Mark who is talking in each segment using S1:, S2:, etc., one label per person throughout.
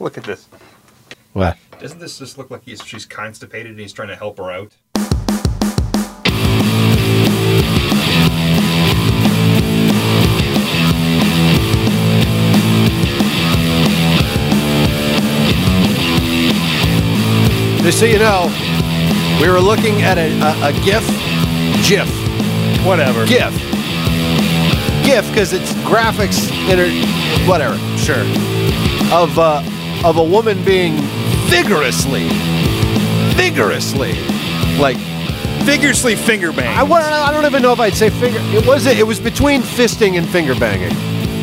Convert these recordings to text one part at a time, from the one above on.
S1: Look at this.
S2: What?
S1: Doesn't this just look like he's, she's constipated and he's trying to help her out?
S2: Just so you know, we were looking at a, a, a GIF, GIF,
S3: Whatever.
S2: GIF, GIF, because it's graphics, inter- whatever,
S3: Sure.
S2: of uh, of a woman being vigorously, vigorously, like
S3: Vigorously finger bang.
S2: I, wa- I don't even know if I'd say finger. It was it was between fisting and finger banging.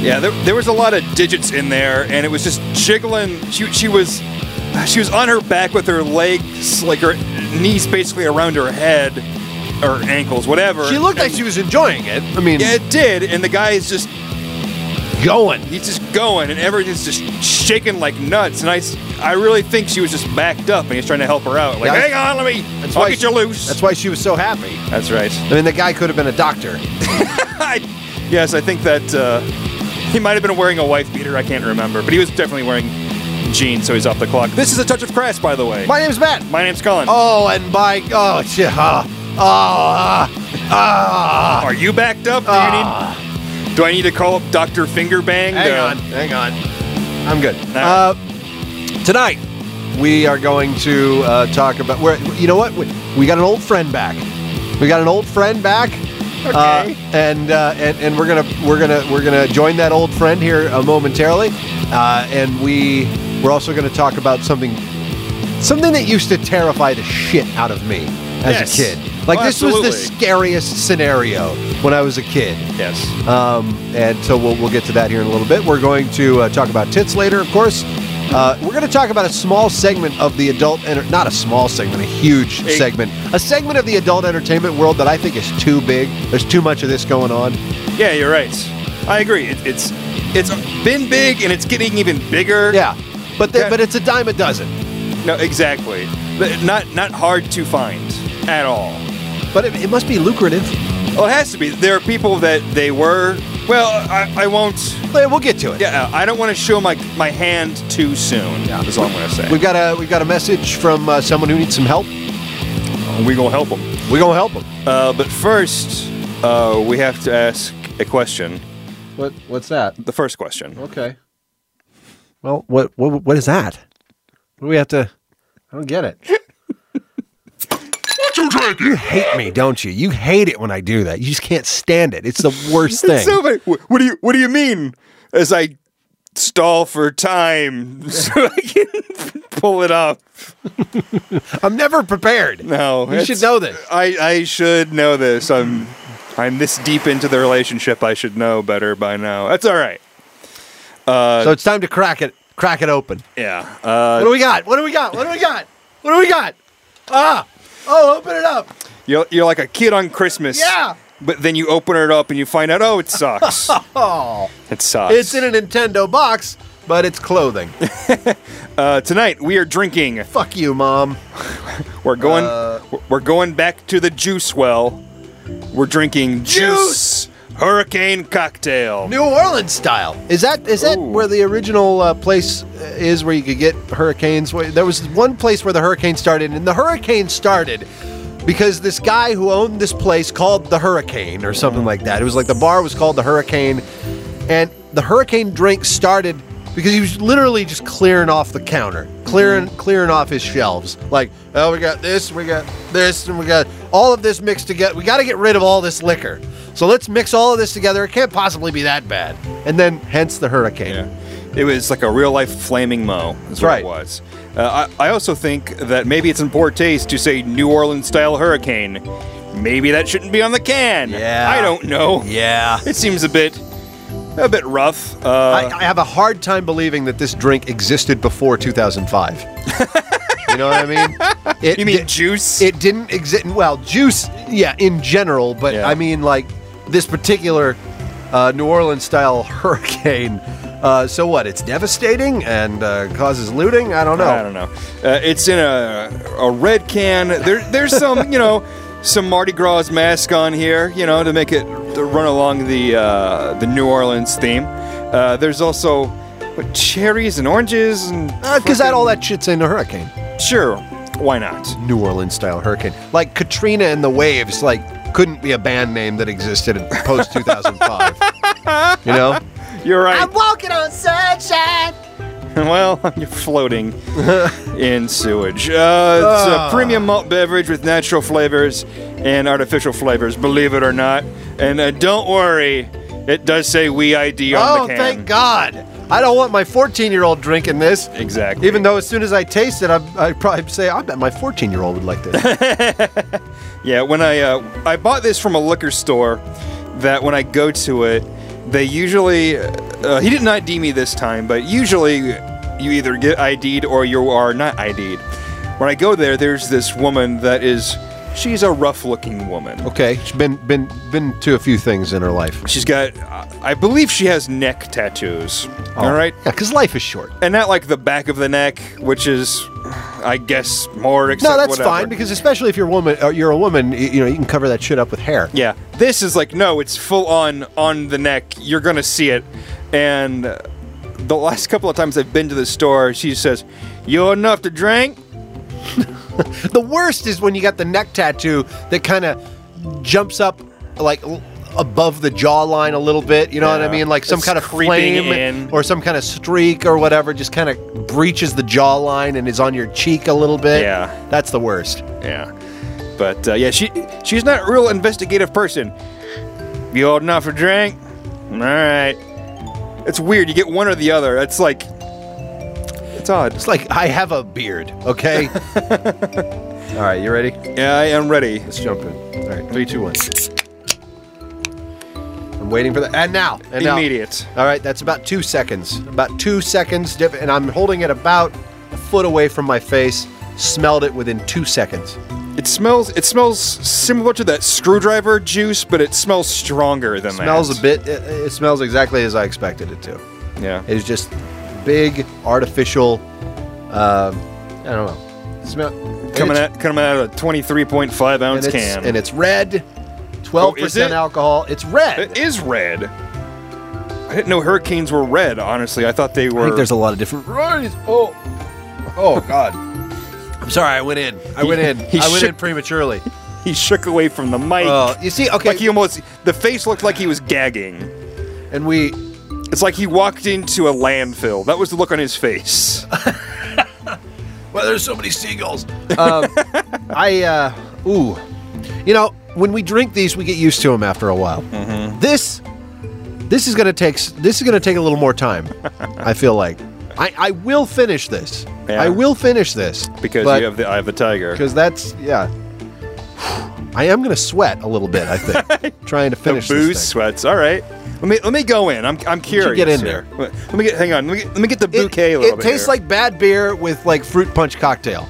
S3: yeah, there, there was a lot of digits in there, and it was just jiggling. She she was she was on her back with her legs, like her knees, basically around her head or ankles, whatever.
S2: She looked like
S3: And-
S2: she was enjoying it. I mean,
S3: Yeah, it did, and the guy is just
S2: going.
S3: he's just going, and everything's just shaking like nuts. And I, s- I really think she was just backed up, and he's trying to help her out. Like,
S2: Yeah.
S3: hang on, let me.
S2: That's
S3: I'll
S2: why
S3: get
S2: she-
S3: you loose.
S2: That's why she was so happy.
S3: That's right.
S2: I mean, the guy could have been a doctor.
S3: I, yes, I think that uh, he might have been wearing a wife beater. I can't remember, but he was definitely wearing jeans, so he's off the clock. This is a touch of crass, by the way.
S2: My name's Matt.
S3: My name's Colin.
S2: Oh, and by oh, shit, ah, ah, ah.
S3: Are you backed up? Do, you
S2: Ah.
S3: need, do I need to call up Doctor Fingerbang?
S2: Hang
S3: to-
S2: on, hang on. I'm good.
S3: All
S2: Uh, tonight we are going to uh, talk about where you know what we, we got an old friend back. We got an old friend back. Uh,
S3: Okay.
S2: and, uh, and and we're gonna we're gonna we're gonna join that old friend here uh, momentarily, uh, and we we're also gonna talk about something something that used to terrify the shit out of me as
S3: Yes.
S2: a kid. Like
S3: Oh,
S2: this was the
S3: absolutely.
S2: scariest scenario when I was a kid.
S3: Yes.
S2: Um, and so we'll, we'll get to that here in a little bit. We're going to uh, talk about tits later, of course. Uh, we're going to talk about a small segment of the adult, enter- not a small segment, a huge
S3: A-
S2: segment, a segment of the adult entertainment world that I think is too big. There's too much of this going on.
S3: Yeah, you're right. I agree. It, it's it's been big and it's getting even bigger.
S2: Yeah, but the,
S3: Yeah.
S2: but it's a dime a dozen.
S3: No, exactly. But Not not hard to find at all.
S2: But it, it must be lucrative.
S3: Well, it has to be. There are people that they were. Well, I, I won't.
S2: Yeah, We'll get to it.
S3: Yeah, I don't want to show my my hand too soon.
S2: Yeah.
S3: That's all I'm gonna say.
S2: We've got a we've got a message from uh, someone who needs some help.
S3: we gonna help them.
S2: We're gonna help them.
S3: Uh, but first, uh, we have to ask a question.
S2: What what's that?
S3: The first question.
S2: Okay. Well, what what what is that? What do we have to? I don't get it. You hate me, don't you? You hate it when I do that. You just can't stand it. It's the worst thing.
S3: So, but wh- what do you what do you mean? As I stall for time so I can pull it up.
S2: I'm never prepared.
S3: No,
S2: you
S3: it's-
S2: should know this.
S3: I I should know this. I'm I'm this deep into the relationship. I should know better by now. That's all right.
S2: so it's time to crack it. Crack it open.
S3: Yeah. Uh,
S2: What do we got? What do we got? What do we got? What do we got? Ah! Oh, open it up.
S3: You're, you're like a kid on Christmas.
S2: Yeah.
S3: But then you open it up and you find out, oh, it sucks. it sucks.
S2: Oh. It's in a Nintendo box, but it's clothing.
S3: uh, tonight we are drinking.
S2: Fuck you, mom.
S3: We're going.
S2: Uh.
S3: we're going back to the juice well. We're drinking
S2: Juice!
S3: juice, hurricane cocktail.
S2: New Orleans style. Is that is that
S3: Ooh.
S2: where the original uh, place uh, is where you could get hurricanes? Where- There was one place where the hurricane started, and the hurricane started because this guy who owned this place called the Hurricane or something like that. It was like the bar was called the Hurricane, and the Hurricane drink started because he was literally just clearing off the counter, clearing clearing off his shelves. Like, oh, we got this, we got this, and we got all of this mixed together. We got to get rid of all this liquor. So let's mix all of this together. It can't possibly be that bad. And then, hence the hurricane.
S3: Yeah. It was like a real life flaming mo. Is what
S2: Right.
S3: it was. Uh, I, I also think that maybe it's in poor taste to say New Orleans style hurricane. Maybe that shouldn't be on the can.
S2: Yeah.
S3: I don't know.
S2: Yeah.
S3: It seems a bit, a bit rough. Uh,
S2: I, I have a hard time believing that this drink existed before 2005. you know what I mean? It,
S3: you mean
S2: di-
S3: juice?
S2: It didn't exist. Well, juice, yeah, in general, but
S3: Yeah.
S2: I mean, like this particular uh, New Orleans style hurricane. Uh, so what? It's devastating and uh, causes looting. I don't know.
S3: I don't know. Uh, it's in a a red can. There, there's some, you know, some Mardi Gras mask on here, you know, to make it to run along the uh, the New Orleans theme. Uh, there's also with cherries and oranges and uh,
S2: Because Uh, that all that shit's in a hurricane.
S3: sure, why not?
S2: New Orleans style hurricane. Like Katrina and the Waves, like couldn't be a band name that existed in post 2005. you know?
S3: You're right.
S2: walking on sunshine.
S3: well, you're floating in sewage. Uh,
S2: Ah.
S3: it's a premium malt beverage with natural flavors and artificial flavors, believe it or not. And uh, don't worry, it does say we ID on
S2: Oh,
S3: the can.
S2: thank God. I don't want my 14 year old drinking this.
S3: Exactly.
S2: Even though as soon as I taste it, I'd, I'd probably say, I bet my 14 year old would like this.
S3: Yeah, when I uh, I bought this from a liquor store, that when I go to it, they usually uh, he didn't ID me this time, but usually you either get ID'd or you are not ID'd. When I go there, there's this woman that is she's a rough-looking woman.
S2: okay, she's been been been to a few things in her life.
S3: She's got I believe she has neck tattoos.
S2: Oh.
S3: All right.
S2: Yeah, because life is short.
S3: And not like the back of the neck, which is, I guess, more.
S2: No,
S3: accept-
S2: that's
S3: whatever.
S2: fine because especially if you're a woman, or you're a woman, y- you know, you can cover that shit up with hair.
S3: Yeah, this is like no, it's full on on the neck. You're gonna see it, and uh, the last couple of times I've been to the store, she says, "You old enough to drink?"
S2: The worst is when you got the neck tattoo that kind of jumps up like l- above the jawline a little bit. You know what I
S3: Yeah.
S2: mean? Like some
S3: It's
S2: kind of
S3: creeping
S2: flame
S3: in.
S2: or some kind of streak or whatever just kind of breaches the jawline and is on your cheek a little bit.
S3: Yeah.
S2: that's the worst.
S3: Yeah, but uh, yeah, she she's not a real investigative person. You old enough to drink? All right. It's weird. You get one or the other. It's like it's odd.
S2: It's like I have a beard. Okay. All right, you ready?
S3: Yeah, I am ready.
S2: Let's jump in. All right, three, two, one. I'm waiting for that. And now, and now.
S3: Immediate.
S2: All right, that's about two seconds. About two seconds, diff- and I'm holding it about a foot away from my face. Smelled it within two seconds.
S3: It smells. It smells similar to that screwdriver juice, but it smells stronger than that.
S2: Smells a bit. It, it smells exactly as I expected it to.
S3: Yeah.
S2: It's just big artificial. Um, I don't know. Smell and
S3: coming
S2: it's-
S3: out coming out of a 23.5
S2: and
S3: ounce
S2: it's,
S3: can.
S2: and it's red. Twelve
S3: it?
S2: percent alcohol. It's red.
S3: it is red. I didn't know hurricanes were red. Honestly, I thought they were.
S2: I think there's a lot of different varieties. Oh, oh God! I'm sorry. I went in. I went in.
S3: He
S2: I went in
S3: shook-
S2: prematurely.
S3: he shook away from the mic.
S2: Uh, you see, okay,
S3: like he almost the face looked like he was gagging.
S2: and we.
S3: It's like he walked into a landfill. That was the look on his face.
S2: Well, there's so many seagulls. Um, I. Uh, ooh, you know, when we drink these, we get used to them after a while.
S3: Mm-hmm.
S2: This, this is gonna take. s- This is gonna take a little more time. I feel like. I, I will finish this.
S3: Yeah.
S2: I will finish this
S3: Because
S2: but-
S3: you have the eye of a tiger.
S2: because that's yeah. I am gonna sweat a little bit. I think trying to
S3: The
S2: finish
S3: booze
S2: this thing.
S3: sweats. All right. Let me let me go in. I'm I'm curious.
S2: get in
S3: here. Let me get. Hang on. Let me get, let me get the bouquet
S2: it,
S3: a little
S2: it
S3: bit.
S2: tastes
S3: here.
S2: like bad beer with like fruit punch cocktail.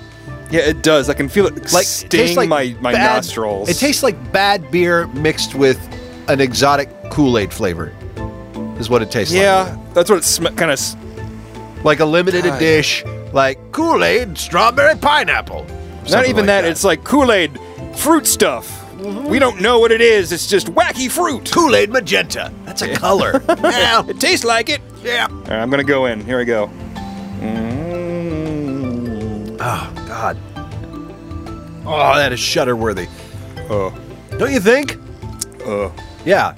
S3: Yeah, it does. I can feel it
S2: Like
S3: like,
S2: it
S3: sting
S2: tastes like
S3: my, my
S2: bad-
S3: nostrils.
S2: It tastes like bad beer mixed with an exotic Kool Aid flavor. Is what it tastes
S3: Yeah, that's what it sm- kind of. S-
S2: like. Like a limited
S3: God.
S2: edition, like Kool Aid, strawberry pineapple.
S3: not
S2: Something
S3: even
S2: like Mm-hmm.
S3: that, It's like Kool Aid, fruit stuff. We don't know what it is. It's just wacky fruit.
S2: Kool Aid magenta. That's a color. yeah,
S3: It tastes like it.
S2: yeah.
S3: All right, I'm gonna go in. Here we go.
S2: Oh God. Oh, that is shudder worthy.
S3: Oh,
S2: Don't you think?
S3: oh.
S2: Yeah.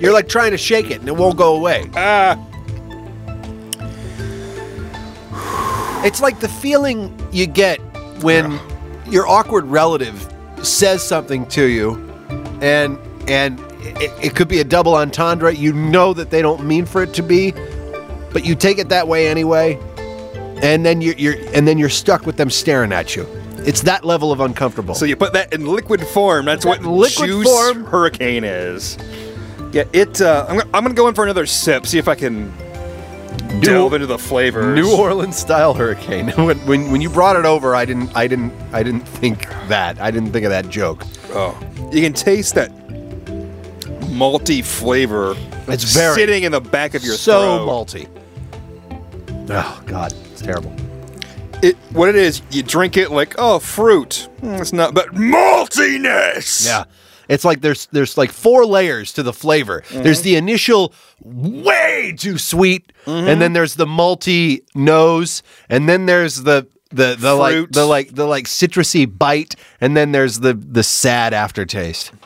S2: You're like trying to shake it and it won't go away.
S3: Ah,
S2: It's like the feeling you get when your awkward relative says something to you and and it, it could be a double entendre. You know that they don't mean for it to be, but you take it that way anyway. And then you're, you're and then you're stuck with them staring at you. It's that level of uncomfortable.
S3: so you put that in liquid form. That's
S2: Put
S3: what
S2: that in liquid
S3: juice
S2: form.
S3: hurricane is. Yeah, it. Uh, I'm, gonna, I'm gonna go in for another sip. See if I can delve into the flavors.
S2: New Orleans style hurricane. when, when when you brought it over, I didn't I didn't I didn't think that. I didn't think of that joke.
S3: Oh, you can taste that malty flavor.
S2: It's very-
S3: sitting in the back of your
S2: so
S3: throat.
S2: malty. Oh God, it's terrible.
S3: It what it Hmm, is? You drink it like oh fruit. Mm, It's not, but maltiness.
S2: It's like there's there's like four layers to the flavor.
S3: Mm-hmm.
S2: There's the initial way too sweet,
S3: Mm-hmm.
S2: and then there's the multi nose, and then there's the the the like
S3: Fruit.
S2: the like the like citrusy bite, and then there's the the sad aftertaste.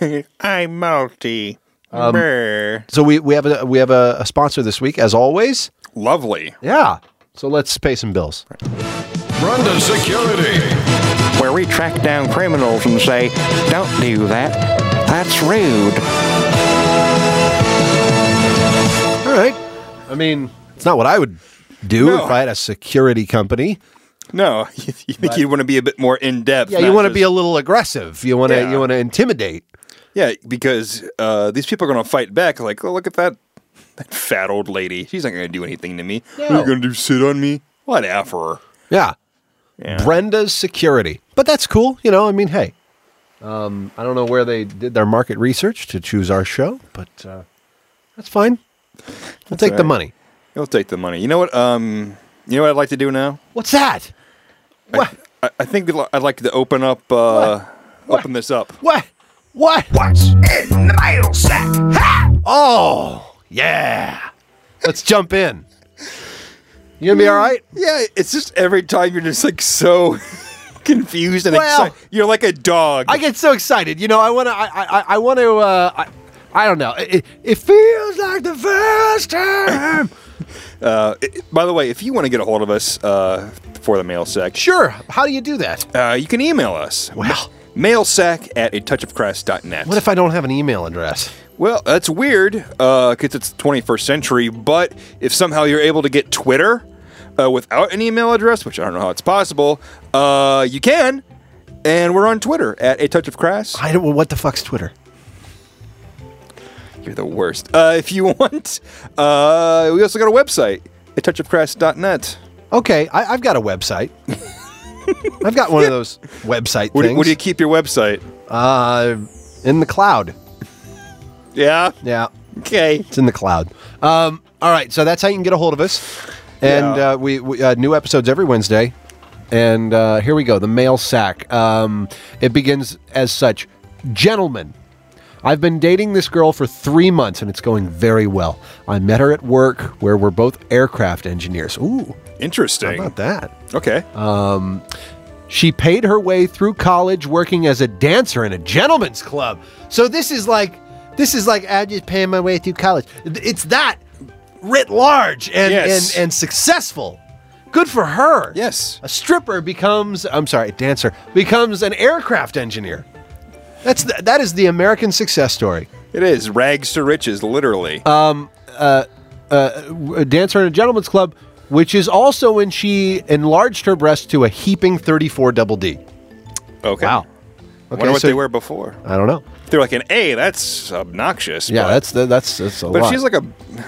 S2: Um,
S3: I'm multi.
S2: So we we have a we have a, a sponsor this week, as always.
S3: Lovely.
S2: Yeah. So let's pay some bills.
S4: Run to security.
S5: where we track down criminals and say, don't do that. That's rude.
S2: All right. I mean, it's not what I would do
S3: No.
S2: if I had a security company.
S3: No, you, you think you want to be a bit more in depth.
S2: Yeah, you want to be a little aggressive. You want to
S3: Yeah.
S2: you want to intimidate.
S3: Yeah, because uh, these people are going to fight back. Like, oh, look at that, that fat old lady. She's not going to do anything to me. What are
S2: No.
S3: you going to do? Sit on me? What after?
S2: Yeah. Brenda's security. But that's cool, you know. I mean, hey. Um, I don't know where they did their market research to choose our show, but uh, that's fine. We'll take
S3: all
S2: the
S3: right.
S2: money.
S3: You'll take the money. You know what? Um, you know what I'd like to do now.
S2: What's that? What?
S3: I, I think that li- I'd like to open up, uh, open this up.
S2: What? What?
S6: What's in the mail sack? Ha!
S2: Oh, yeah. Let's jump in. You gonna be all right?
S3: Yeah, it's just every time you're just like so confused and
S2: Well-
S3: excited. You're like a dog.
S2: I get so excited. You know, I want to. I, I, I- I want to. Uh, I, I don't know. It, it feels like the first time.
S3: uh, it- by the way, if you want to get a hold of us uh, for the mail sack,
S2: sure. How do you do that?
S3: uh, you can email us.
S2: Well.
S3: mailsack at a touch of crest.net.
S2: What if I don't have an email address?
S3: Well, that's weird because it's the 21st century. But if somehow you're able to get Twitter uh, without an email address, which I don't know how it's possible, uh, you can. And we're on Twitter at a touch of crass.
S2: I don't. Well, what the fuck's Twitter?
S3: You're the worst. Uh, if you want, uh, we also got a website, a touchofcrass.net.
S2: Okay, I, I've got a website. I've got one of those website
S3: Where, do-
S2: things.
S3: where do you keep your website?
S2: uh, in the cloud.
S3: Yeah.
S2: Yeah,
S3: Okay.
S2: it's in the cloud. Um, all right, so that's how you can get a hold of us. And
S3: Yeah.
S2: uh, we, we uh, new episodes every Wednesday. And uh, here we go. The mail sack. Um, it begins as such, gentlemen. I've been dating this girl for three months and it's going very well. I met her at work where we're both aircraft engineers. Ooh,
S3: Interesting.
S2: about that. Uh,
S3: Okay.
S2: She paid her way through college working as a dancer in a gentleman's club. So this is like, this is like I just paying my way through college. It's that writ large and
S3: Yes.
S2: and, and successful. Good for her.
S3: yes.
S2: A stripper becomes, I'm sorry, a dancer becomes an aircraft engineer. That's the, that is the American success story.
S3: It is rags to riches, literally.
S2: Uh, A dancer in a gentleman's club, which is also when she enlarged her breast to a heaping 34 double D.
S3: okay.
S2: wow.
S3: Wonder what
S2: so-
S3: they were before.
S2: I don't know.
S3: They're like an A. That's obnoxious.
S2: Yeah,
S3: but-
S2: that's that's that's a
S3: But
S2: lot.
S3: if she's like a,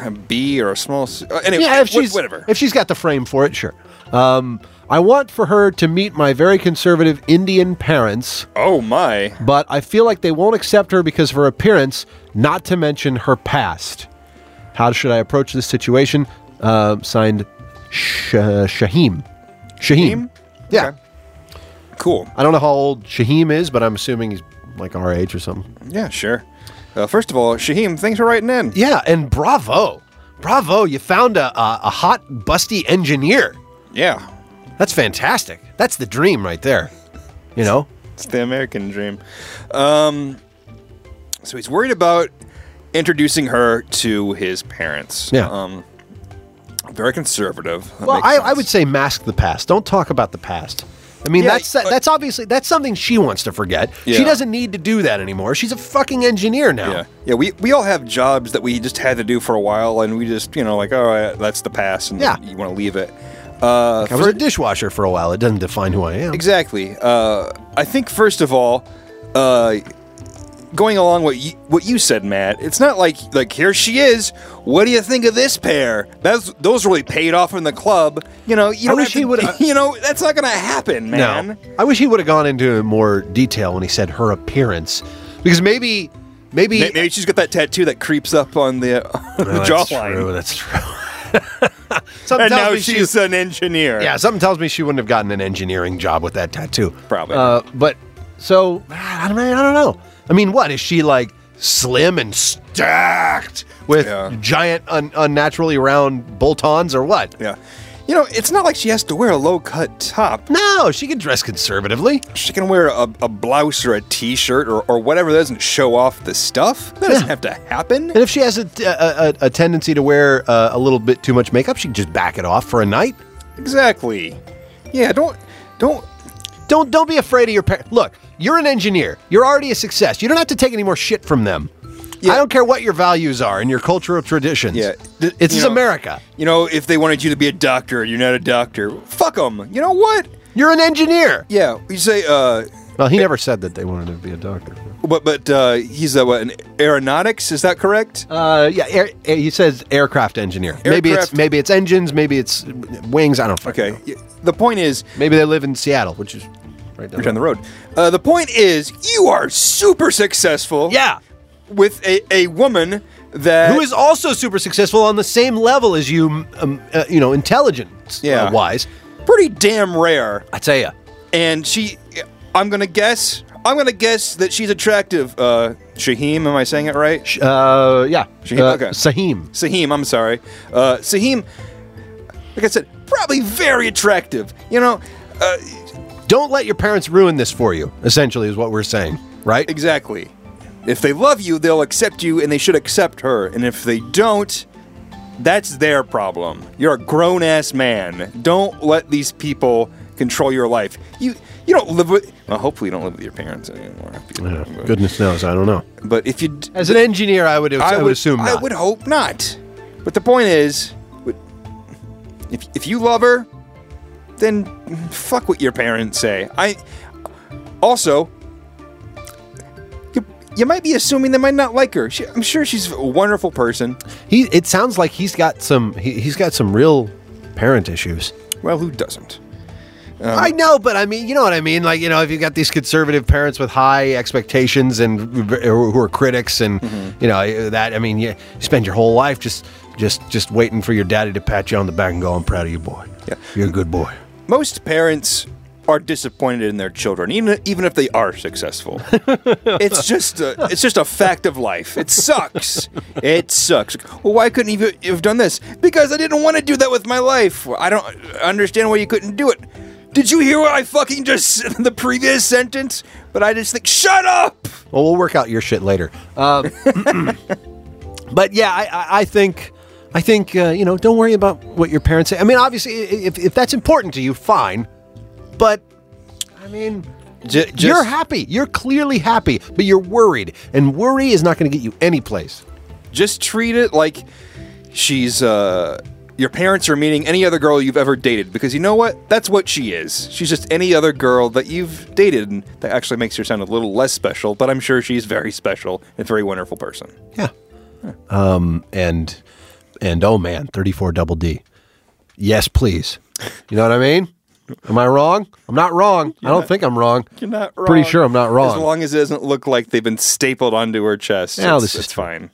S3: a B or a small. C, uh, anyway,
S2: yeah, if
S3: wha-
S2: she's
S3: whatever.
S2: if she's got the frame for it, sure. Um, I want for her to meet my very conservative Indian parents,
S3: oh my.
S2: but I feel like they won't accept her because of her appearance, not to mention her past. How should I approach this situation? Uh, signed, Sh- Shaheem. Shaheem. Yeah,
S3: Okay. Cool.
S2: I don't know how old Shaheem is, but I'm assuming he's like our age or something.
S3: Yeah, sure. Uh, first of all, Shaheem, thanks for writing in.
S2: Yeah, and bravo, bravo! You found a a, a hot, busty engineer.
S3: Yeah.
S2: That's fantastic. That's the dream right there. You know?
S3: It's the American dream. Um, so he's worried about introducing her to his parents.
S2: Yeah.
S3: Um, very conservative. That
S2: Well,
S3: makes
S2: I, I
S3: sense.
S2: would say mask the past. Don't talk about the past. I mean,
S3: Yeah,
S2: that's
S3: but-
S2: that's obviously that's something she wants to forget. She
S3: Yeah.
S2: doesn't need to do that anymore. She's a fucking engineer now.
S3: Yeah. Yeah. We, we all have jobs that we just had to do for a while, and we just, you know, like, all right, that's the past, and
S2: Yeah.
S3: you want to leave it. Uh,
S2: I was a dishwasher for a while. It doesn't define who I am.
S3: Exactly. Uh, I think first of all, uh, going along what you, what you said, Matt, it's not like like here she is. What do you think of this pair? That's those really paid off in the club. You know, you
S2: I
S3: don't
S2: wish
S3: have to-
S2: he would've-
S3: You know, that's not gonna happen, man.
S2: No. I wish he would have gone into more detail when he said her appearance, because maybe, maybe,
S3: May- Maybe she's got that tattoo that creeps up on the, uh, the
S2: Oh, that's
S3: jawline.
S2: True, that's true. Something
S3: And
S2: tells
S3: now
S2: me she-
S3: she's an engineer.
S2: Yeah, something tells me she wouldn't have gotten an engineering job with that tattoo.
S3: Probably.
S2: Uh, but so I don't, I don't know. I mean, what is she like? Slim and stacked with
S3: Yeah.
S2: giant, un- unnaturally round boltons, or what?
S3: Yeah. You know, it's not like she has to wear a low cut top.
S2: No, she can dress conservatively.
S3: She can wear a, a blouse or a t shirt or, or whatever that doesn't show off the stuff. That doesn't have to happen.
S2: And if she has a, a, a, a tendency to wear uh, a little bit too much makeup, she can just back it off for a night.
S3: Exactly. Yeah, don't. Don't.
S2: Don't don't be afraid of your parents. Look, you're an engineer. You're already a success. You don't have to take any more shit from them.
S3: Yeah.
S2: I don't care what your values are and your cultural traditions.
S3: Yeah. th-
S2: it's
S3: you
S2: is
S3: know-
S2: America.
S3: You know, if they wanted you to be a doctor, you're not a doctor. Fuck them. You know what?
S2: You're an engineer.
S3: Yeah, you say, uh,
S2: Well, he never said that they wanted to be a doctor.
S3: but but uh, he's uh, what, an aeronautics. Is that correct?
S2: Uh, yeah, air, air- he says aircraft engineer. Maybe it's
S3: Aircraft-
S2: maybe it's engines. Maybe it's wings. I don't fucking
S3: Okay.
S2: know.
S3: y- The point is,
S2: Maybe they live in Seattle, which is right down.
S3: you're down the road. Uh, the point is, you are super successful.
S2: Yeah.
S3: With a, a woman that
S2: who is also super successful on the same level as you, um, uh, you know, intelligence uh,
S3: Yeah.
S2: wise.
S3: pretty damn rare,
S2: I tell you,
S3: and she, I'm gonna guess, I'm gonna guess that she's attractive. Uh, Shaheem, am I saying it right?
S2: uh, yeah,
S3: Shaheem,
S2: uh,
S3: okay.
S2: Saheem.
S3: Saheem, I'm sorry. Uh, Saheem, like I said, probably very attractive. You know, uh,
S2: Don't let your parents ruin this for you. Essentially, is what we're saying, right?
S3: exactly. If they love you, they'll accept you, and they should accept her. And if they don't, that's their problem. You're a grown ass man. Don't let these people control your life. You you don't live with. Well, hopefully, you don't live with your parents anymore.
S2: Yeah, Uh, Goodness knows, I don't know.
S3: But if you, d-
S2: As an engineer, I would, I would, assume
S3: I
S2: not.
S3: would hope not. But the point is, w- if, if you love her, then fuck what your parents say. I also, you, you might be assuming they might not like her. She, I'm sure she's a wonderful person.
S2: He. It sounds like he's got some. He, he's got some real parent issues.
S3: Well, who doesn't? Um,
S2: I know, but I mean, you know what I mean. Like, you know, if you got these conservative parents with high expectations and v- who are critics, and
S3: Mm-hmm.
S2: you know that, I mean, you spend your whole life just, just, just waiting for your daddy to pat you on the back and go, "I'm proud of you, boy.
S3: Yeah.
S2: You're a good boy."
S3: Most parents are disappointed in their children, even even if they are successful. it's just a, it's just a fact of life. It sucks. It sucks. Well, why couldn't you have done this? Because I didn't want to do that with my life. Well, I don't understand why you couldn't do it. Did you hear what I fucking just said in the previous sentence? But I just think, shut up.
S2: Well, we'll work out your shit later. Um, but yeah, I, I, I think, I think, uh, you know, don't worry about what your parents say. I mean, obviously, i- if, if that's important to you, fine. But I mean,
S3: J- just-
S2: you're happy. You're clearly happy, but you're worried, and worry is not going to get you any place.
S3: Just treat it like she's uh your parents are meeting any other girl you've ever dated because you know what? That's what she is. She's just any other girl that you've dated and that actually makes her sound a little less special, but I'm sure she's very special and a very wonderful person.
S2: Yeah. Um. And and oh man, thirty four double D. Yes, please. You know what I mean? Am I wrong? I'm not wrong. I don't think I'm wrong.
S3: You're not wrong.
S2: Pretty sure I'm not
S3: As
S2: wrong.
S3: long as it doesn't look like they've been stapled onto her chest.
S2: No,
S3: it's,
S2: this is
S3: it's fine.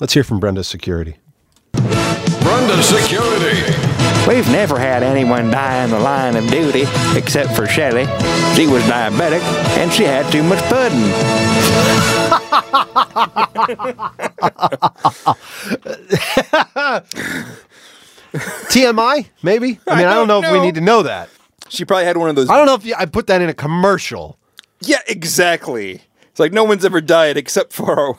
S2: Let's hear from Brenda's security.
S4: Brenda Security.
S5: We've never had anyone die in the line of duty except for Shelley. She was diabetic and she had too much pudding.
S2: TMI, maybe. I mean, I don't, know,
S3: don't
S2: if we
S3: know.
S2: need to know that.
S3: She probably had one of those
S2: I don't know if you, I put that in a commercial,
S3: Yeah, exactly. It's like no one's ever died except for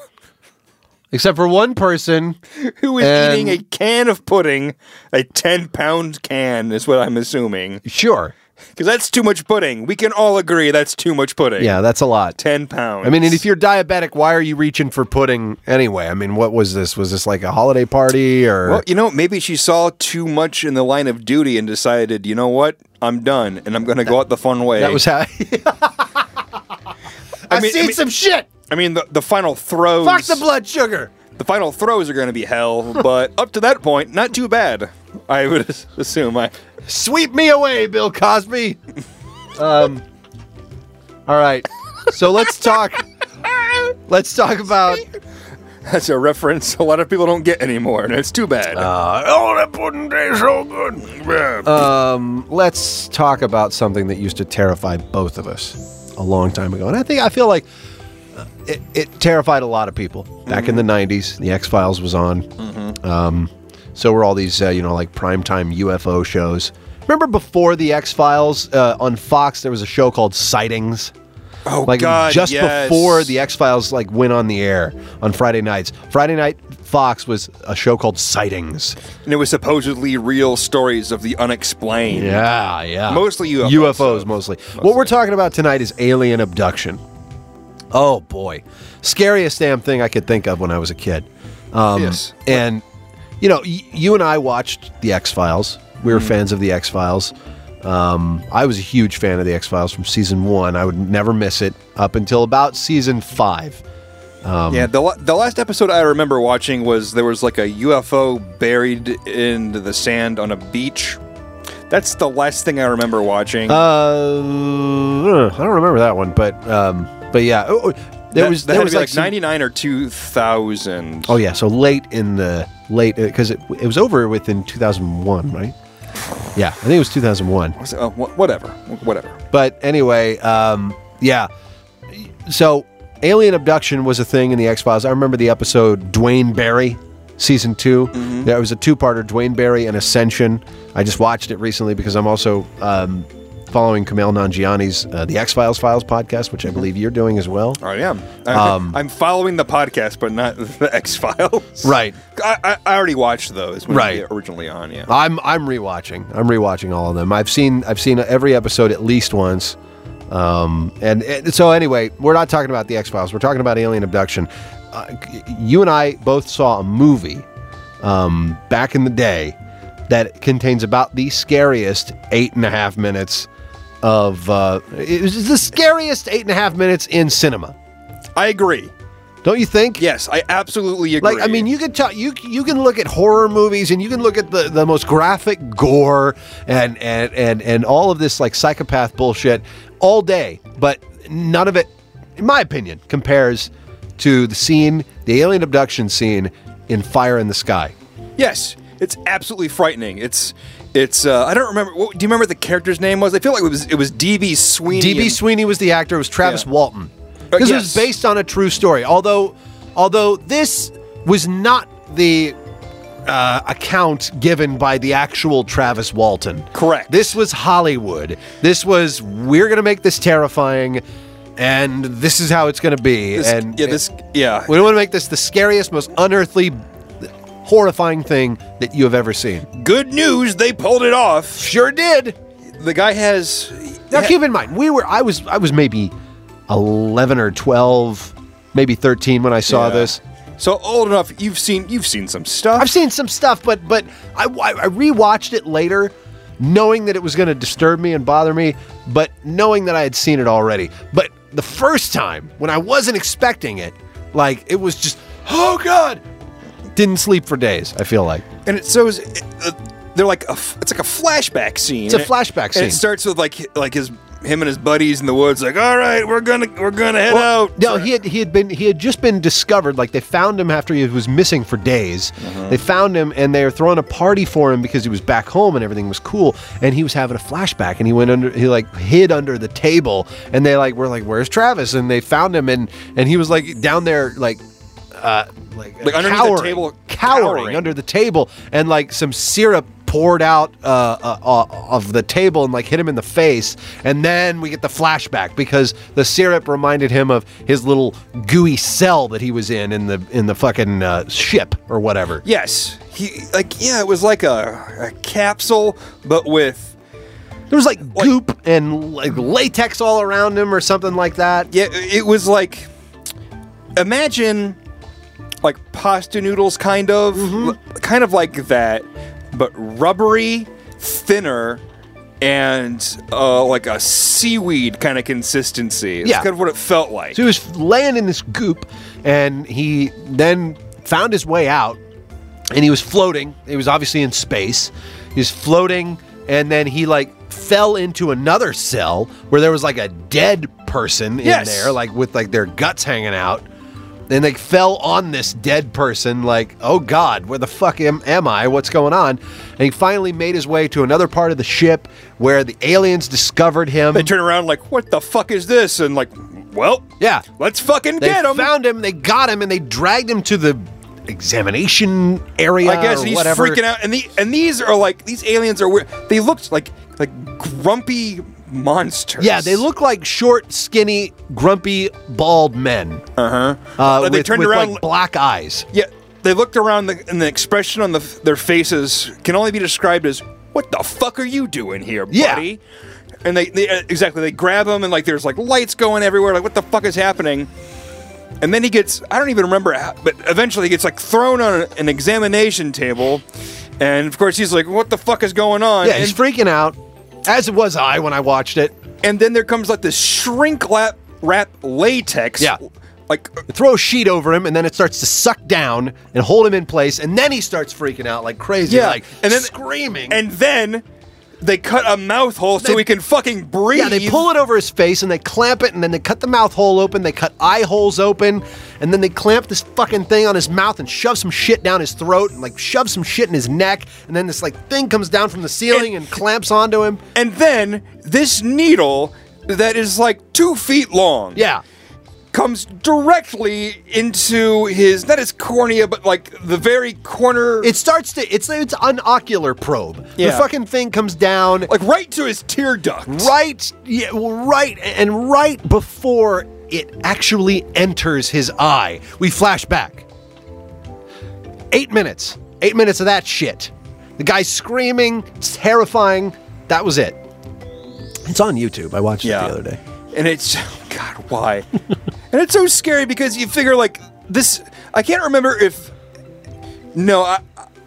S2: except for one person.
S3: who is
S2: And-
S3: eating a can of pudding, a 10 pound can is what I'm assuming.
S2: Sure.
S3: Because that's too much pudding. We can all agree that's too much pudding.
S2: Yeah, that's a lot.
S3: 10 pounds.
S2: I mean, and if you're diabetic, why are you reaching for pudding anyway? I mean, what was this? Was this like a holiday party or?
S3: Well, you know, maybe she saw too much in the line of duty and decided, you know what? I'm done and I'm going to go out the fun way.
S2: that was how. I,
S3: mean-
S2: seen
S3: I mean-
S2: some shit.
S3: I mean, the, the final throws.
S2: Fuck the blood sugar.
S3: The final throws are going to be hell, but up to that point, not too bad. I would assume. I,
S2: Sweep me away, Bill Cosby. um. All right. So let's talk. let's talk about.
S3: that's a reference a lot of people don't get anymore, and it's too bad.
S2: Uh,
S4: Oh, that pudding tastes so good. Yeah.
S2: let's talk about something that used to terrify both of us a long time ago. And I think I feel like uh, it, it terrified a lot of people back
S3: Mm-hmm.
S2: in the 90s. The X Files was on. Um, so were all these, uh, you know, like primetime UFO shows. Remember before the X Files uh, on Fox, there was a show called Sightings.
S3: Oh
S2: Like
S3: God!
S2: just
S3: yes.
S2: before the X Files like went on the air on Friday nights. Friday night Fox was a show called Sightings.
S3: and it was supposedly real stories of the unexplained.
S2: Yeah, yeah.
S3: Mostly UFO
S2: UFOs,
S3: stuff.
S2: mostly. What we're talking about tonight is alien abduction. Oh boy, scariest damn thing I could think of when I was a kid. Um,
S3: Yes.
S2: And you know, y- you and I watched the X Files. We
S3: Hmm.
S2: were fans of the X Files. Um, I was a huge fan of the X Files from season one. I would never miss it up until about season five.
S3: yeah. The, la- the last episode I remember watching was there was like a UFO buried in the sand on a beach. That's the last thing I remember watching.
S2: Uh, I don't remember that one, but um, but yeah, oh, oh, there
S3: That-
S2: was
S3: that
S2: there
S3: had to
S2: was
S3: be like
S2: some-
S3: ninety nine or two thousand.
S2: Oh yeah, so late in the late because it, it was over within 2001, right? Yeah, I think it was 2001.
S3: oh, wh- whatever, wh- whatever.
S2: But anyway, um, yeah. So alien abduction was a thing in the X Files. I remember the episode Dwayne Barry, season 2 There was a two-parter, Dwayne Barry and Ascension. I just watched it recently because I'm also um, following Kamal Nanjiani's uh, the X Files Files podcast, which I believe you're doing as well.
S3: I am. I'm,
S2: Um,
S3: I'm following the podcast, but not the X Files.
S2: Right.
S3: I, I, I already watched those. When
S2: Right.
S3: they were Originally on. Yeah.
S2: I'm I'm rewatching. I'm rewatching all of them. I've seen I've seen every episode at least once. Um, and, and so anyway, we're not talking about the X Files. We're talking about alien abduction. Uh, you and I both saw a movie um, back in the day that contains about the scariest eight and a half minutes of uh, it was the scariest eight and a half minutes in cinema.
S3: I agree.
S2: Don't you think?
S3: Yes, I absolutely agree.
S2: Like I mean, you can tell you you can look at horror movies and you can look at the, the most graphic gore and and and and all of this like psychopath bullshit all day, but none of it, in my opinion, compares to the scene, the alien abduction scene in Fire in the Sky.
S3: yes, it's absolutely frightening. It's it's. Uh, I don't remember. What, do you remember what the character's name was? I feel like it was it was DB Sweeney.
S2: DB
S3: and-
S2: Sweeney was the actor. It was Travis
S3: Yeah. Uh,
S2: Walton. This was
S3: yes.
S2: based on a true story. Although, although this was not the uh, account given by the actual Travis Walton.
S3: Correct.
S2: This was Hollywood. This was we're gonna make this terrifying, and this is how it's gonna be.
S3: This,
S2: and
S3: yeah, this yeah.
S2: we want to make this the scariest, most unearthly, horrifying thing that you have ever seen.
S3: Good news, they pulled it off.
S2: Sure did.
S3: The guy has.
S2: Now keep in mind, we were I was I was maybe eleven or twelve, maybe thirteen when I saw
S3: Yeah.
S2: this.
S3: So old enough. You've seen you've seen some stuff.
S2: I've seen some stuff, but but I, I I rewatched it later, knowing that it was going to disturb me and bother me, but knowing that I had seen it already. But the first time when I wasn't expecting it, like it was just oh god, didn't sleep for days. I feel like
S3: and it shows it, uh, they're like a, f- it's like a flashback scene.
S2: It's a
S3: And it-
S2: flashback
S3: And
S2: scene.
S3: it starts with like hi- like his him and his buddies in the woods. Like, all right, we're gonna we're gonna head out.
S2: No, he had he had been he had just been discovered. Like they found him after he was missing for days.
S3: Mm-hmm.
S2: They found him and they were throwing a party for him because he was back home and everything was cool. And he was having a flashback and he went under he like hid under the table and they like were like where's Travis and they found him and and he was like down there like. Uh, like
S3: Like, underneath the
S2: cowering,
S3: table,
S2: cowering,
S3: cowering.
S2: under the table, and like some syrup poured out uh, uh, uh, of the table and like hit him in the face. And then we get the flashback because the syrup reminded him of his little gooey cell that he was in in the in the fucking uh, ship or whatever.
S3: yes, he like yeah, it was like a, a capsule, but with
S2: There was like goop and like latex all around him or something like that.
S3: yeah, it was like imagine like pasta noodles, kind of
S2: Mm-hmm.
S3: l- kind of like that, but rubbery, thinner. And uh, like a seaweed kind of consistency. It's
S2: Yeah.
S3: kind of what it felt like.
S2: So he was laying in this goop, and he then found his way out, and he was floating. He was obviously in space. He was floating, and then he like fell into another cell where there was like a dead person in
S3: Yes.
S2: there, like with like their guts hanging out. And they fell on this dead person, like, oh God, where the fuck am, am I? What's going on? And he finally made his way to another part of the ship where the aliens discovered him.
S3: They turn around like, "What the fuck is this?" And like, well,
S2: Yeah.
S3: let's fucking
S2: They
S3: get him.
S2: found him, they got him, and they dragged him to the examination area.
S3: I guess
S2: or
S3: and he's
S2: whatever.
S3: freaking out, and the and these are like these aliens are weird. They looked like like grumpy monsters.
S2: Yeah, they look like short, skinny, grumpy, bald men.
S3: Uh-huh.
S2: Uh,
S3: they
S2: with-
S3: turned
S2: with,
S3: around.
S2: like black eyes.
S3: yeah, they looked around, the, and the expression on the, f- their faces can only be described as "What the fuck are you doing here,
S2: Yeah.
S3: buddy?" And they, they uh, exactly they grab him, and like there's like lights going everywhere. Like what the fuck is happening? And then he gets I don't even remember, how, but eventually he gets like thrown on an examination table, and of course he's like, "What the fuck is going on?"
S2: Yeah, he's
S3: And-
S2: freaking out, as it was I when I watched it.
S3: and then there comes like this shrink lap wrap latex.
S2: Yeah.
S3: Like
S2: They throw a sheet over him, and then it starts to suck down and hold him in place, and then he starts freaking out like crazy,
S3: Yeah,
S2: like
S3: and then-
S2: screaming.
S3: and then they cut a mouth hole so
S2: They-
S3: he can fucking breathe.
S2: yeah, they pull it over his face and they clamp it, and then they cut the mouth hole open, they cut eye holes open, and then they clamp this fucking thing on his mouth and shove some shit down his throat and like shove some shit in his neck, and then this like thing comes down from the ceiling and clamps onto him.
S3: And then this needle that is like two feet long
S2: Yeah.
S3: comes directly into his not his cornea, but like the very corner
S2: It starts to it's it's an ocular probe. The
S3: Yeah.
S2: fucking thing comes down
S3: like right to his tear duct.
S2: right yeah, well, right and right before it actually enters his eye we flash back eight minutes eight minutes of that shit the guy screaming it's terrifying that was it it's on youtube i watched
S3: Yeah.
S2: it the other day
S3: And it's oh, God, why? and it's so scary because you figure like this. I can't remember if no, I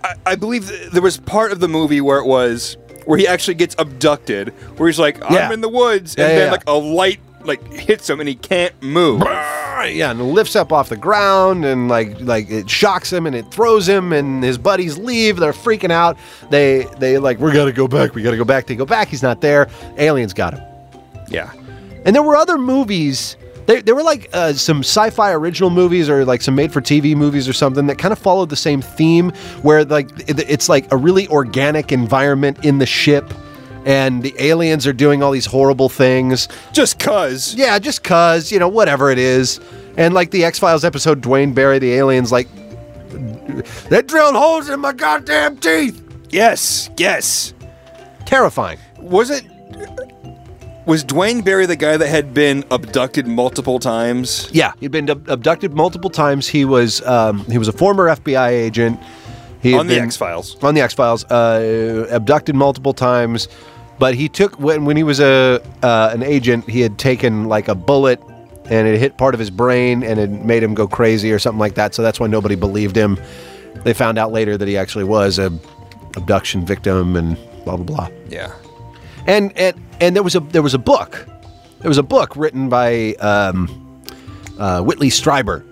S3: I, I believe th- there was part of the movie where it was where he actually gets abducted, where he's like, I'm
S2: Yeah.
S3: in the woods, and
S2: Yeah, yeah,
S3: then
S2: yeah.
S3: like a light like hits him and he can't move.
S2: Ah, yeah and it lifts up off the ground and like like it shocks him and it throws him and his buddies leave they're freaking out they they like we gotta go back we gotta go back they go back he's not there aliens got him
S3: yeah.
S2: And there were other movies. There, there were like uh, some sci-fi original movies or like some made-for-TV movies or something that kind of followed the same theme, where like it- it's like a really organic environment in the ship, and the aliens are doing all these horrible things.
S3: Just cuz.
S2: Yeah, just cause you know whatever it is, and like the X Files episode, Dwayne Barry, the aliens like they drilled holes in my goddamn teeth.
S3: Yes. Yes.
S2: Terrifying.
S3: Wasn't was Dwayne Barry the guy that had been abducted multiple times?
S2: Yeah, he'd been ab- abducted multiple times. He was um, he was a former FBI agent. He had
S3: On the
S2: been-
S3: X-Files.
S2: On the X Files, uh, abducted multiple times, but he took when when he was a uh, an agent, he had taken like a bullet and it hit part of his brain and it made him go crazy or something like that. So that's why nobody believed him. They found out later that he actually was a abduction victim and blah blah blah
S3: Yeah.
S2: and and and there was a there was a book there was a book written by um, uh, Whitley Strieber.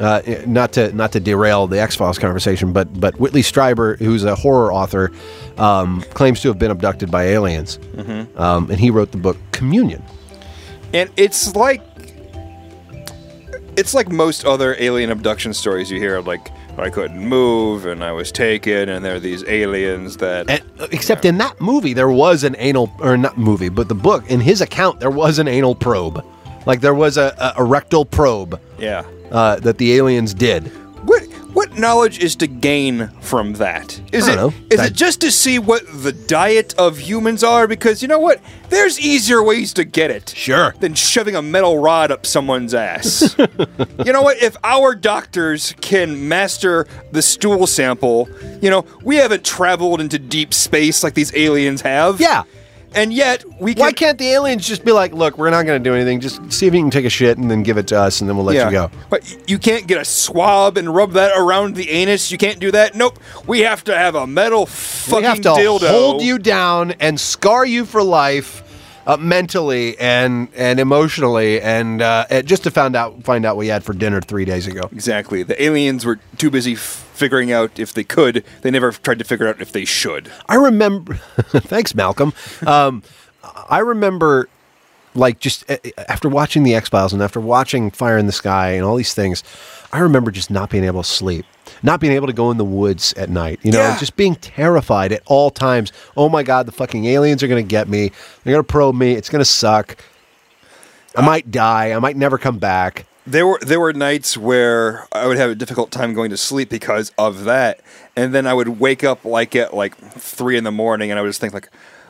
S2: Uh, eh, not to not to derail the X Files conversation, but but Whitley Strieber, who's a horror author, um, claims to have been abducted by aliens, um, and he wrote the book Communion.
S3: And it's like it's like most other alien abduction stories you hear like I couldn't move and I was taken and there are these aliens that
S2: And, uh, except in that movie, there was an anal or not movie, but the book in his account there was an anal probe, like there was a, a, a rectal probe
S3: yeah.
S2: uh, that the aliens did.
S3: What what knowledge is to gain from that? Is
S2: I
S3: it
S2: don't know.
S3: is
S2: Di-
S3: it just to see what the diet of humans are because you know what? There's easier ways to get it.
S2: Sure.
S3: Than shoving a metal rod up someone's ass. you know what? If our doctors can master the stool sample, you know, we haven't traveled into deep space like these aliens have.
S2: Yeah.
S3: And yet we can
S2: Why can't the aliens just be like, look, we're not going to do anything. Just see if you can take a shit and then give it to us and then we'll let you go.
S3: But you can't get a swab and rub that around the anus. You can't do that. Nope. We have to have a metal fucking
S2: We have to
S3: dildo.
S2: hold you down and scar you for life uh, mentally and and emotionally and uh, and just to find out find out what you had for dinner three days ago.
S3: Exactly. The aliens were too busy f- figuring out if they could. They never tried to figure out if they should.
S2: I remember. thanks, Malcolm. Um, I remember, like, just a- a- after watching the X Files and after watching Fire in the Sky and all these things, I remember just not being able to sleep, not being able to go in the woods at night. You know,
S3: Yeah.
S2: just being terrified at all times. Oh my God, the fucking aliens are going to get me. They're going to probe me. It's going to suck. I might die. I might never come back.
S3: there were there were nights where I would have a difficult time going to sleep because of that, and then I would wake up like at like three in the morning, and I would just think like,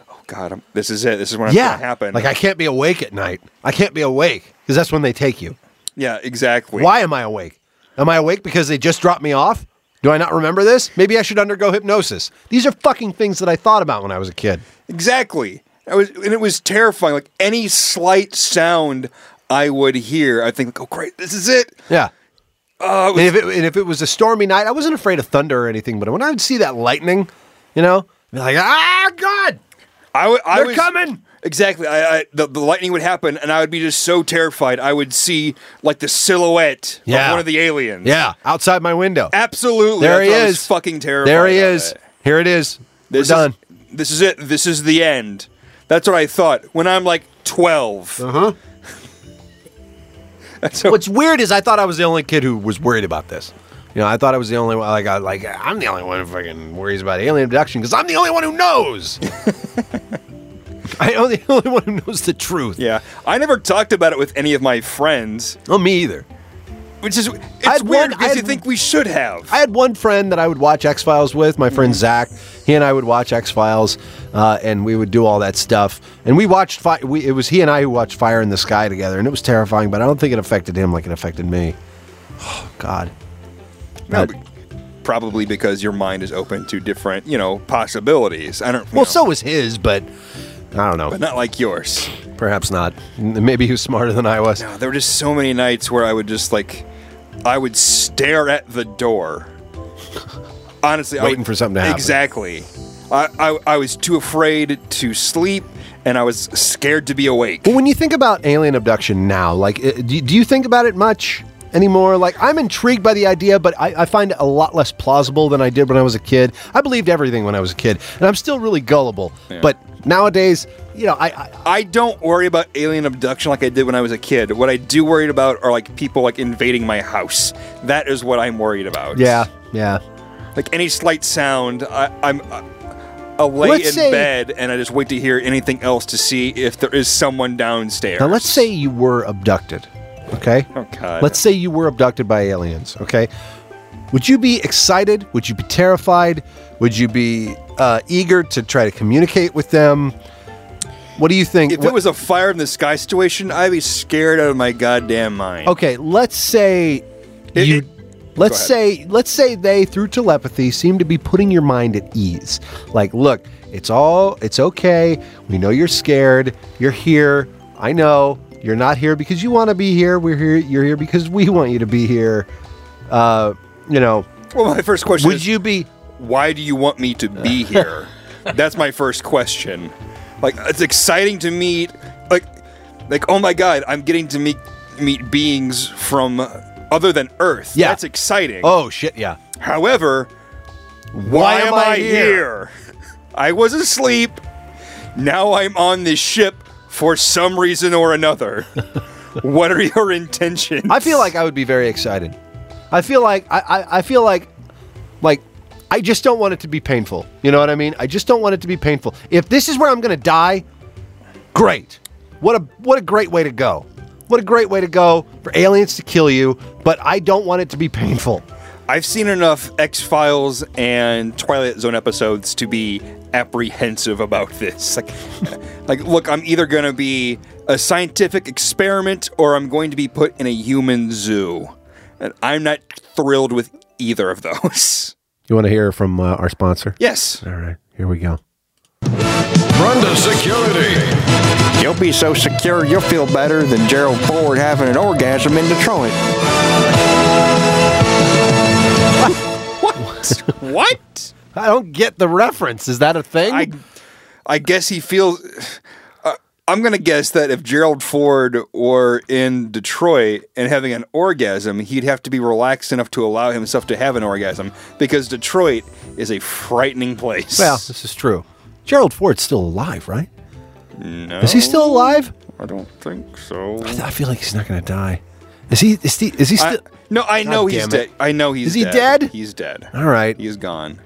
S3: "Oh God, I'm, this is it. This is when it's
S2: yeah,
S3: gonna happen."
S2: like I can't be awake at night. I can't be awake because that's when they take you.
S3: yeah, exactly.
S2: Why am I awake? Am I awake because they just dropped me off? Do I not remember this? Maybe I should undergo hypnosis. These are fucking things that I thought about when I was a kid.
S3: Exactly. I was, and it was terrifying. Like any slight sound I would hear, I think, like, "Oh great, this is it."
S2: Yeah.
S3: Oh, it was-
S2: And if, it, and if it was a stormy night, I wasn't afraid of thunder or anything, but when I would see that lightning, you know, I'd be like, ah, God,
S3: I would- I
S2: they're
S3: was-
S2: coming.
S3: Exactly. I, I the, the lightning would happen, and I would be just so terrified. I would see like the silhouette
S2: Yeah.
S3: of one of the aliens.
S2: Yeah, outside my window.
S3: Absolutely.
S2: There
S3: That's
S2: he
S3: why I was
S2: is.
S3: Fucking terrified.
S2: There he
S3: of
S2: is.
S3: it.
S2: Here it is. We're
S3: This
S2: done.
S3: Is, this is it. This is the end. That's what I thought when I'm like 12.
S2: Uh-huh.
S3: Uh huh. so,
S2: What's weird is I thought I was the only kid who was worried about this. You know, I thought I was the only one. Like, I, like I'm the only one who fucking worries about alien abduction because I'm the only one who knows. I'm the only one who knows the truth.
S3: yeah, I never talked about it with any of my friends,
S2: Well, me either.
S3: which is it's
S2: I had
S3: weird
S2: one-
S3: because
S2: I had-
S3: you think we should have.
S2: I had one friend that I would watch X Files with, my
S3: Mm.
S2: friend Zach. He and I would watch X Files, uh, and we would do all that stuff. And we watched. Fi- we, it was he and I who watched Fire in the Sky together, and it was terrifying. But I don't think it affected him like it affected me. Oh God.
S3: No,
S2: But-
S3: but probably because your mind is open to different, you know, possibilities. I don't. you
S2: well,
S3: know,
S2: so was his, but I don't know.
S3: but not like yours. Uh,
S2: Perhaps not. N- Maybe he was smarter than I was.
S3: There were just so many nights where I would just like, I would stare at the door. Honestly, I
S2: Waiting
S3: would-
S2: for something to happen.
S3: Exactly. I, I I was too afraid to sleep, and I was scared to be awake.
S2: But when you think about alien abduction now, like, uh, do do you think about it much anymore? Like, I'm intrigued by the idea, but I, I find it a lot less plausible than I did when I was a kid. I believed everything when I was a kid, and I'm still really gullible. But nowadays, you know, I, I
S3: I don't worry about alien abduction like I did when I was a kid. What I do worry about are like people like invading my house. That is what I'm worried about.
S2: yeah, yeah.
S3: Like any slight sound, I, I'm uh, away
S2: Let's
S3: in
S2: say-
S3: bed, and I just wait to hear anything else to see if there is someone downstairs.
S2: Now, let's say you were abducted, okay?
S3: Oh, God.
S2: Let's say you were abducted by aliens, okay? Would you be excited? Would you be terrified? Would you be uh, eager to try to communicate with them? What do you think?
S3: If
S2: What-
S3: it was a fire in the sky situation, I'd be scared out of my goddamn mind.
S2: okay, let's say
S3: It-
S2: you.
S3: it-
S2: let's
S3: go
S2: say let's say they through telepathy seem to be putting your mind at ease. Like, look, it's all it's okay. We know you're scared. You're here. I know you're not here because you want to be here. We're here. You're here because we want you to be here. Uh, you know,
S3: Well, my first question
S2: Would
S3: is,
S2: you be?
S3: why do you want me to be here? That's my first question. Like, it's exciting to meet, like, like oh my god, I'm getting to meet meet beings from other than Earth.
S2: Yeah.
S3: that's exciting.
S2: Oh shit! Yeah.
S3: However, why, am, I, here? I was asleep. Now I'm on this ship for some reason or another. what are your intentions?
S2: I feel like I would be very excited. I feel like I, I, I feel like like I just don't want it to be painful. You know what I mean? I just don't want it to be painful. If this is where I'm going to die, great. What a what a great way to go. What a great way to go for aliens to kill you, but I don't want it to be painful.
S3: I've seen enough X Files and Twilight Zone episodes to be apprehensive about this. Like, like, look, I'm either going to be a scientific experiment or I'm going to be put in a human zoo, and I'm not thrilled with either of those.
S2: You want to hear from uh, our sponsor?
S3: Yes.
S2: All right. Here we go.
S4: Brenda Security.
S5: You'll be so secure you'll feel better than Gerald Ford having an orgasm in Detroit.
S3: What? what?
S2: I don't get the reference. Is that a thing?
S3: I, I guess he feels. Uh, I'm gonna guess that if Gerald Ford were in Detroit and having an orgasm, he'd have to be relaxed enough to allow himself to have an orgasm because Detroit is a frightening place.
S2: well, this is true. Gerald Ford's still alive, right? No. Is he still alive?
S3: I don't think so.
S2: I feel like he's not going to die. Is he? Is he? Is he
S3: I,
S2: still?
S3: no, I know he's
S2: damn it.
S3: dead. I know he's.
S2: Is he dead?
S3: He's dead.
S2: All right.
S3: He's gone.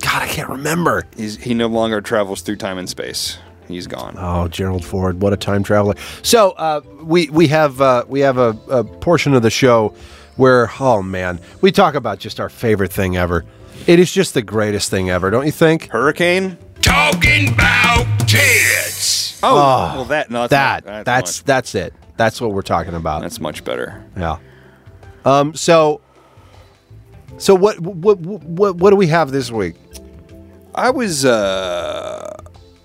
S2: God, I can't remember.
S3: He's, he no longer travels through time and space. He's gone.
S2: Oh, Gerald Ford, what a time traveler! So uh, we we have uh, we have a, a portion of the show where oh man, we talk about just our favorite thing ever. It is just the greatest thing ever, don't you think?
S3: Hurricane?
S6: Talking about kids.
S3: Oh, well, that. No, that's
S2: Ah, That
S3: not- that's,
S2: that's
S3: much,
S2: that's it. That's what we're talking about.
S3: that's much better.
S2: yeah. Um. So. So what what what what do we have this week?
S3: I was uh,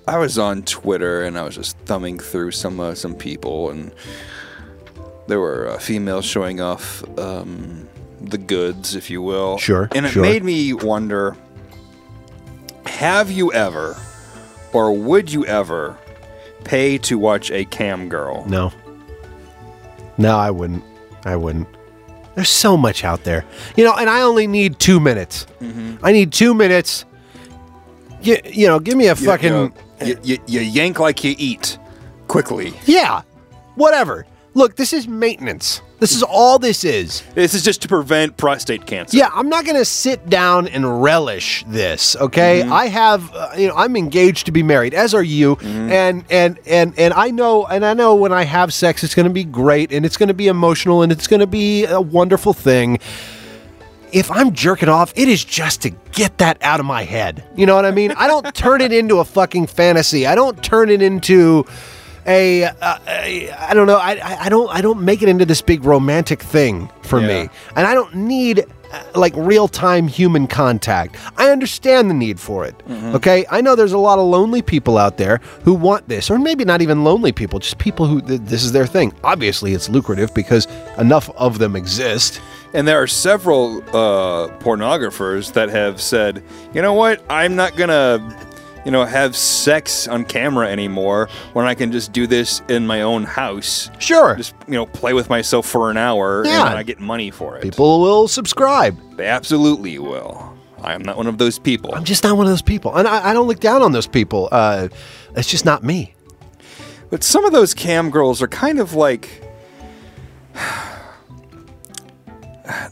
S3: I was on Twitter and I was just thumbing through some uh, some people and there were uh, females showing off um, the goods, if you will.
S2: Sure,
S3: And it
S2: sure.
S3: made me wonder: Have you ever, or would you ever, pay to watch a cam girl?
S2: No. No, I wouldn't. I wouldn't. There's so much out there. You know, and I only need two minutes. I need two minutes. You, you know, give me a
S3: You-
S2: fucking.
S3: you, you- you- you yank like you eat quickly.
S2: Yeah. Whatever. Look, this is maintenance. This is all this is.
S3: This is just to prevent prostate cancer.
S2: Yeah, I'm not going to sit down and relish this, okay? I have uh, you know, I'm engaged to be married as are you and and and and I know and I know when I have sex it's going to be great and it's going to be emotional and it's going to be a wonderful thing. If I'm jerking off, it is just to get that out of my head. You know what I mean? I don't turn it into a fucking fantasy. I don't turn it into a, uh, a I don't know. I, I I don't I don't make it into this big romantic thing for
S3: Yeah.
S2: me, and I don't need uh, like real time human contact. I understand the need for it. Okay, I know there's a lot of lonely people out there who want this, or maybe not even lonely people, just people who th- this is their thing. Obviously, it's lucrative because enough of them exist.
S3: And there are several uh, pornographers that have said, you know what, I'm not gonna, you know, have sex on camera anymore when I can just do this in my own house.
S2: Sure,
S3: Just you know, play with myself for an hour,
S2: Yeah.
S3: and I get money for it.
S2: people will subscribe.
S3: They absolutely will. I am not one of those people.
S2: I'm just not one of those people, and I, I don't look down on those people. Uh, it's just not me.
S3: But some of those cam girls are kind of like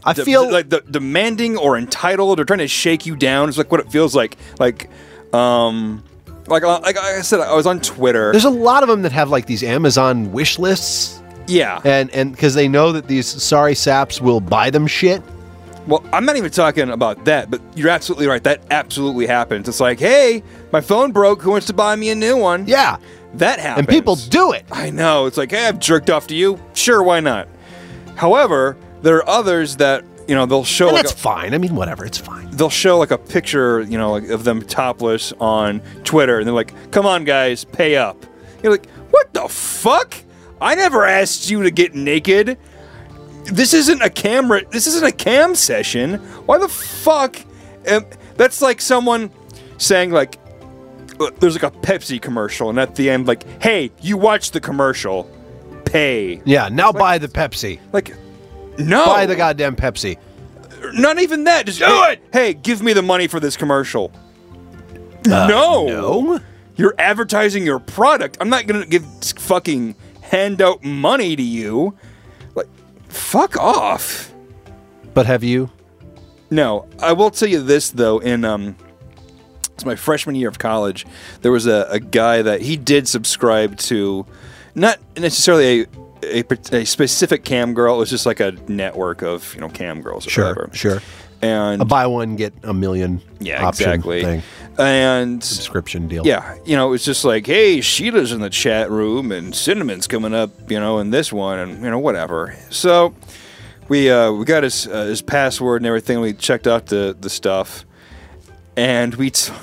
S2: I
S3: de-
S2: feel
S3: like the, demanding or entitled or trying to shake you down. It's like what it feels like. Like, um, like like I said, I was on Twitter.
S2: There's a lot of them that have like these Amazon wish lists,
S3: yeah.
S2: and and because they know that these sorry saps will buy them shit.
S3: Well, I'm not even talking about that, but you're absolutely right. That absolutely happens. It's like, hey, my phone broke. Who wants to buy me a new one?
S2: Yeah,
S3: That happens.
S2: and people do it.
S3: I know. It's like, hey, I've jerked off to you. Sure, why not? However, there are others that, you know, they'll show
S2: And
S3: like
S2: that's
S3: a,
S2: fine. I mean, whatever, it's fine.
S3: they'll show like a picture, you know, like, of them topless on Twitter, and they're like, "Come on, guys, pay up." You're like, "What the fuck? I never asked you to get naked. This isn't a camera. This isn't a cam session. Why the fuck?" Am, that's like someone saying like, uh, "There's like a Pepsi commercial, and at the end, like, hey, you watch the commercial, pay."
S2: Yeah, now buy the Pepsi.
S3: Like, no,
S2: Buy the goddamn Pepsi.
S3: not even that. Just do it. Hey, give me the money for this commercial. no.
S2: Uh, no.
S3: You're advertising your product. I'm not going to give fucking hand out money to you. Like fuck off.
S2: But have you?
S3: No, I will tell you this though. In um, it's my freshman year of college. There was a, a guy that he did subscribe to, not necessarily a, a pat- a specific cam girl. It was just like a network of you know cam girls or whatever.
S2: sure.
S3: And
S2: A buy one get a million.
S3: yeah,
S2: option
S3: exactly.
S2: Thing,
S3: And
S2: subscription deal.
S3: yeah, you know, it's just like, hey, Sheila's in the chat room, and Cinnamon's coming up, you know, in this one, and you know, whatever. So we uh, we got his uh, his password and everything. We checked out the the stuff, and we. T-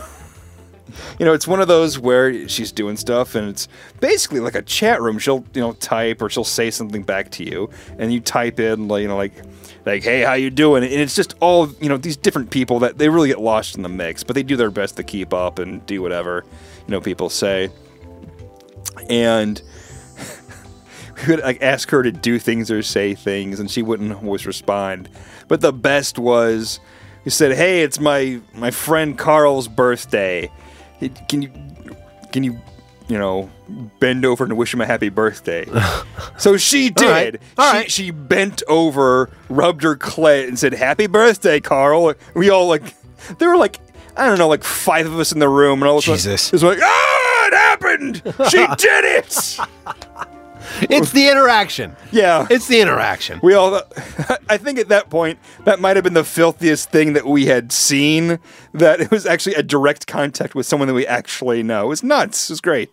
S3: You know, it's one of those where she's doing stuff, and it's basically like a chat room. She'll, you know, type or she'll say something back to you, and you type in, like, you know, like, like, hey, how you doing? And it's just all, you know, these different people that they really get lost in the mix, but they do their best to keep up and do whatever, you know, people say. And we would like ask her to do things or say things, and she wouldn't always respond. But the best was, he said, "Hey, it's my my friend Carl's birthday. Hey, Can you can you you know bend over and wish him a happy birthday?" so she did.
S2: right. All
S3: she,
S2: right.
S3: she bent over, rubbed her clit, and said, "Happy birthday, Carl." We all like there were like I don't know like five of us in the room, and all of a sudden
S2: Jesus.
S3: it was like ah. no!" happened! She did it!
S2: It's the interaction.
S3: Yeah.
S2: It's the interaction.
S3: We all, I think at that point, that might have been the filthiest thing that we had seen. That it was actually a direct contact with someone that we actually know. It was nuts. It was great.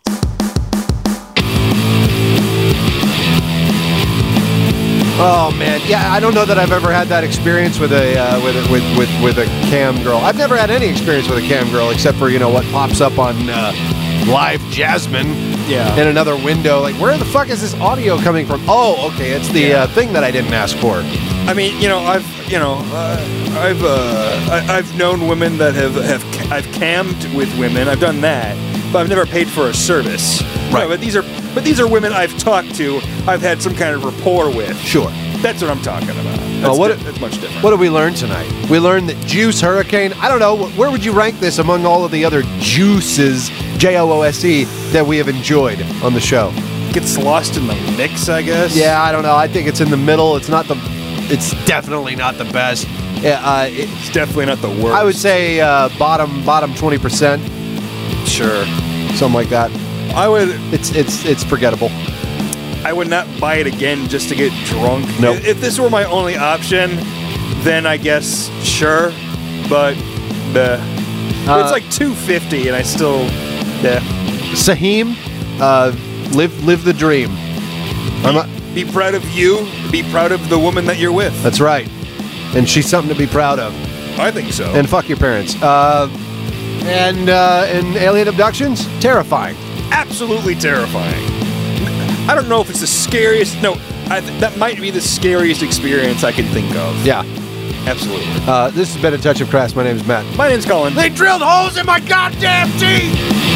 S2: Oh man, yeah. I don't know that I've ever had that experience with a uh, with, a- with with with a cam girl. I've never had any experience with a cam girl except for you know what pops up on uh, live Jasmine.
S3: Yeah.
S2: In another window, like where the fuck is this audio coming from? Oh, okay, it's the uh, thing that I didn't ask for.
S3: I mean, you know, I've, you know, uh, I've, uh, I, I've known women that have, have, ca- I've cammed with women. I've done that, but I've never paid for a service.
S2: Right.
S3: No, but these are, but these are women I've talked to. I've had some kind of rapport with.
S2: Sure.
S3: That's what I'm talking about. That's,
S2: Well, what-
S3: di- that's much different.
S2: What did we learn tonight? We learned that juice, hurricane. I don't know. wh- Where would you rank this among all of the other juices, J O O S E, that we have enjoyed on the show?
S3: gets lost in the mix, I guess.
S2: Yeah, I don't know. I think it's in the middle. It's not the. It's definitely not the best. Yeah, uh, it,
S3: It's definitely not the worst.
S2: I would say uh, bottom bottom twenty percent,
S3: sure.
S2: something like that.
S3: I would.
S2: It's it's it's forgettable.
S3: I would not buy it again just to get drunk.
S2: Nope.
S3: If, if this were my only option, then I guess sure, but the
S2: Uh,
S3: it's like 250 and I still yeah.
S2: Saheem, uh, live live the dream. I'm a-
S3: Be proud of you, be proud of the woman that you're with.
S2: that's right, and she's something to be proud of.
S3: I think so.
S2: And fuck your parents. Uh, and uh, and alien abductions, terrifying.
S3: absolutely terrifying. I don't know if it's the scariest. No, I th- that might be the scariest experience I can think of.
S2: Yeah.
S3: Absolutely.
S2: Uh, this has been a touch of crass. My name is Matt.
S3: My name's Colin.
S6: They drilled holes in my goddamn teeth!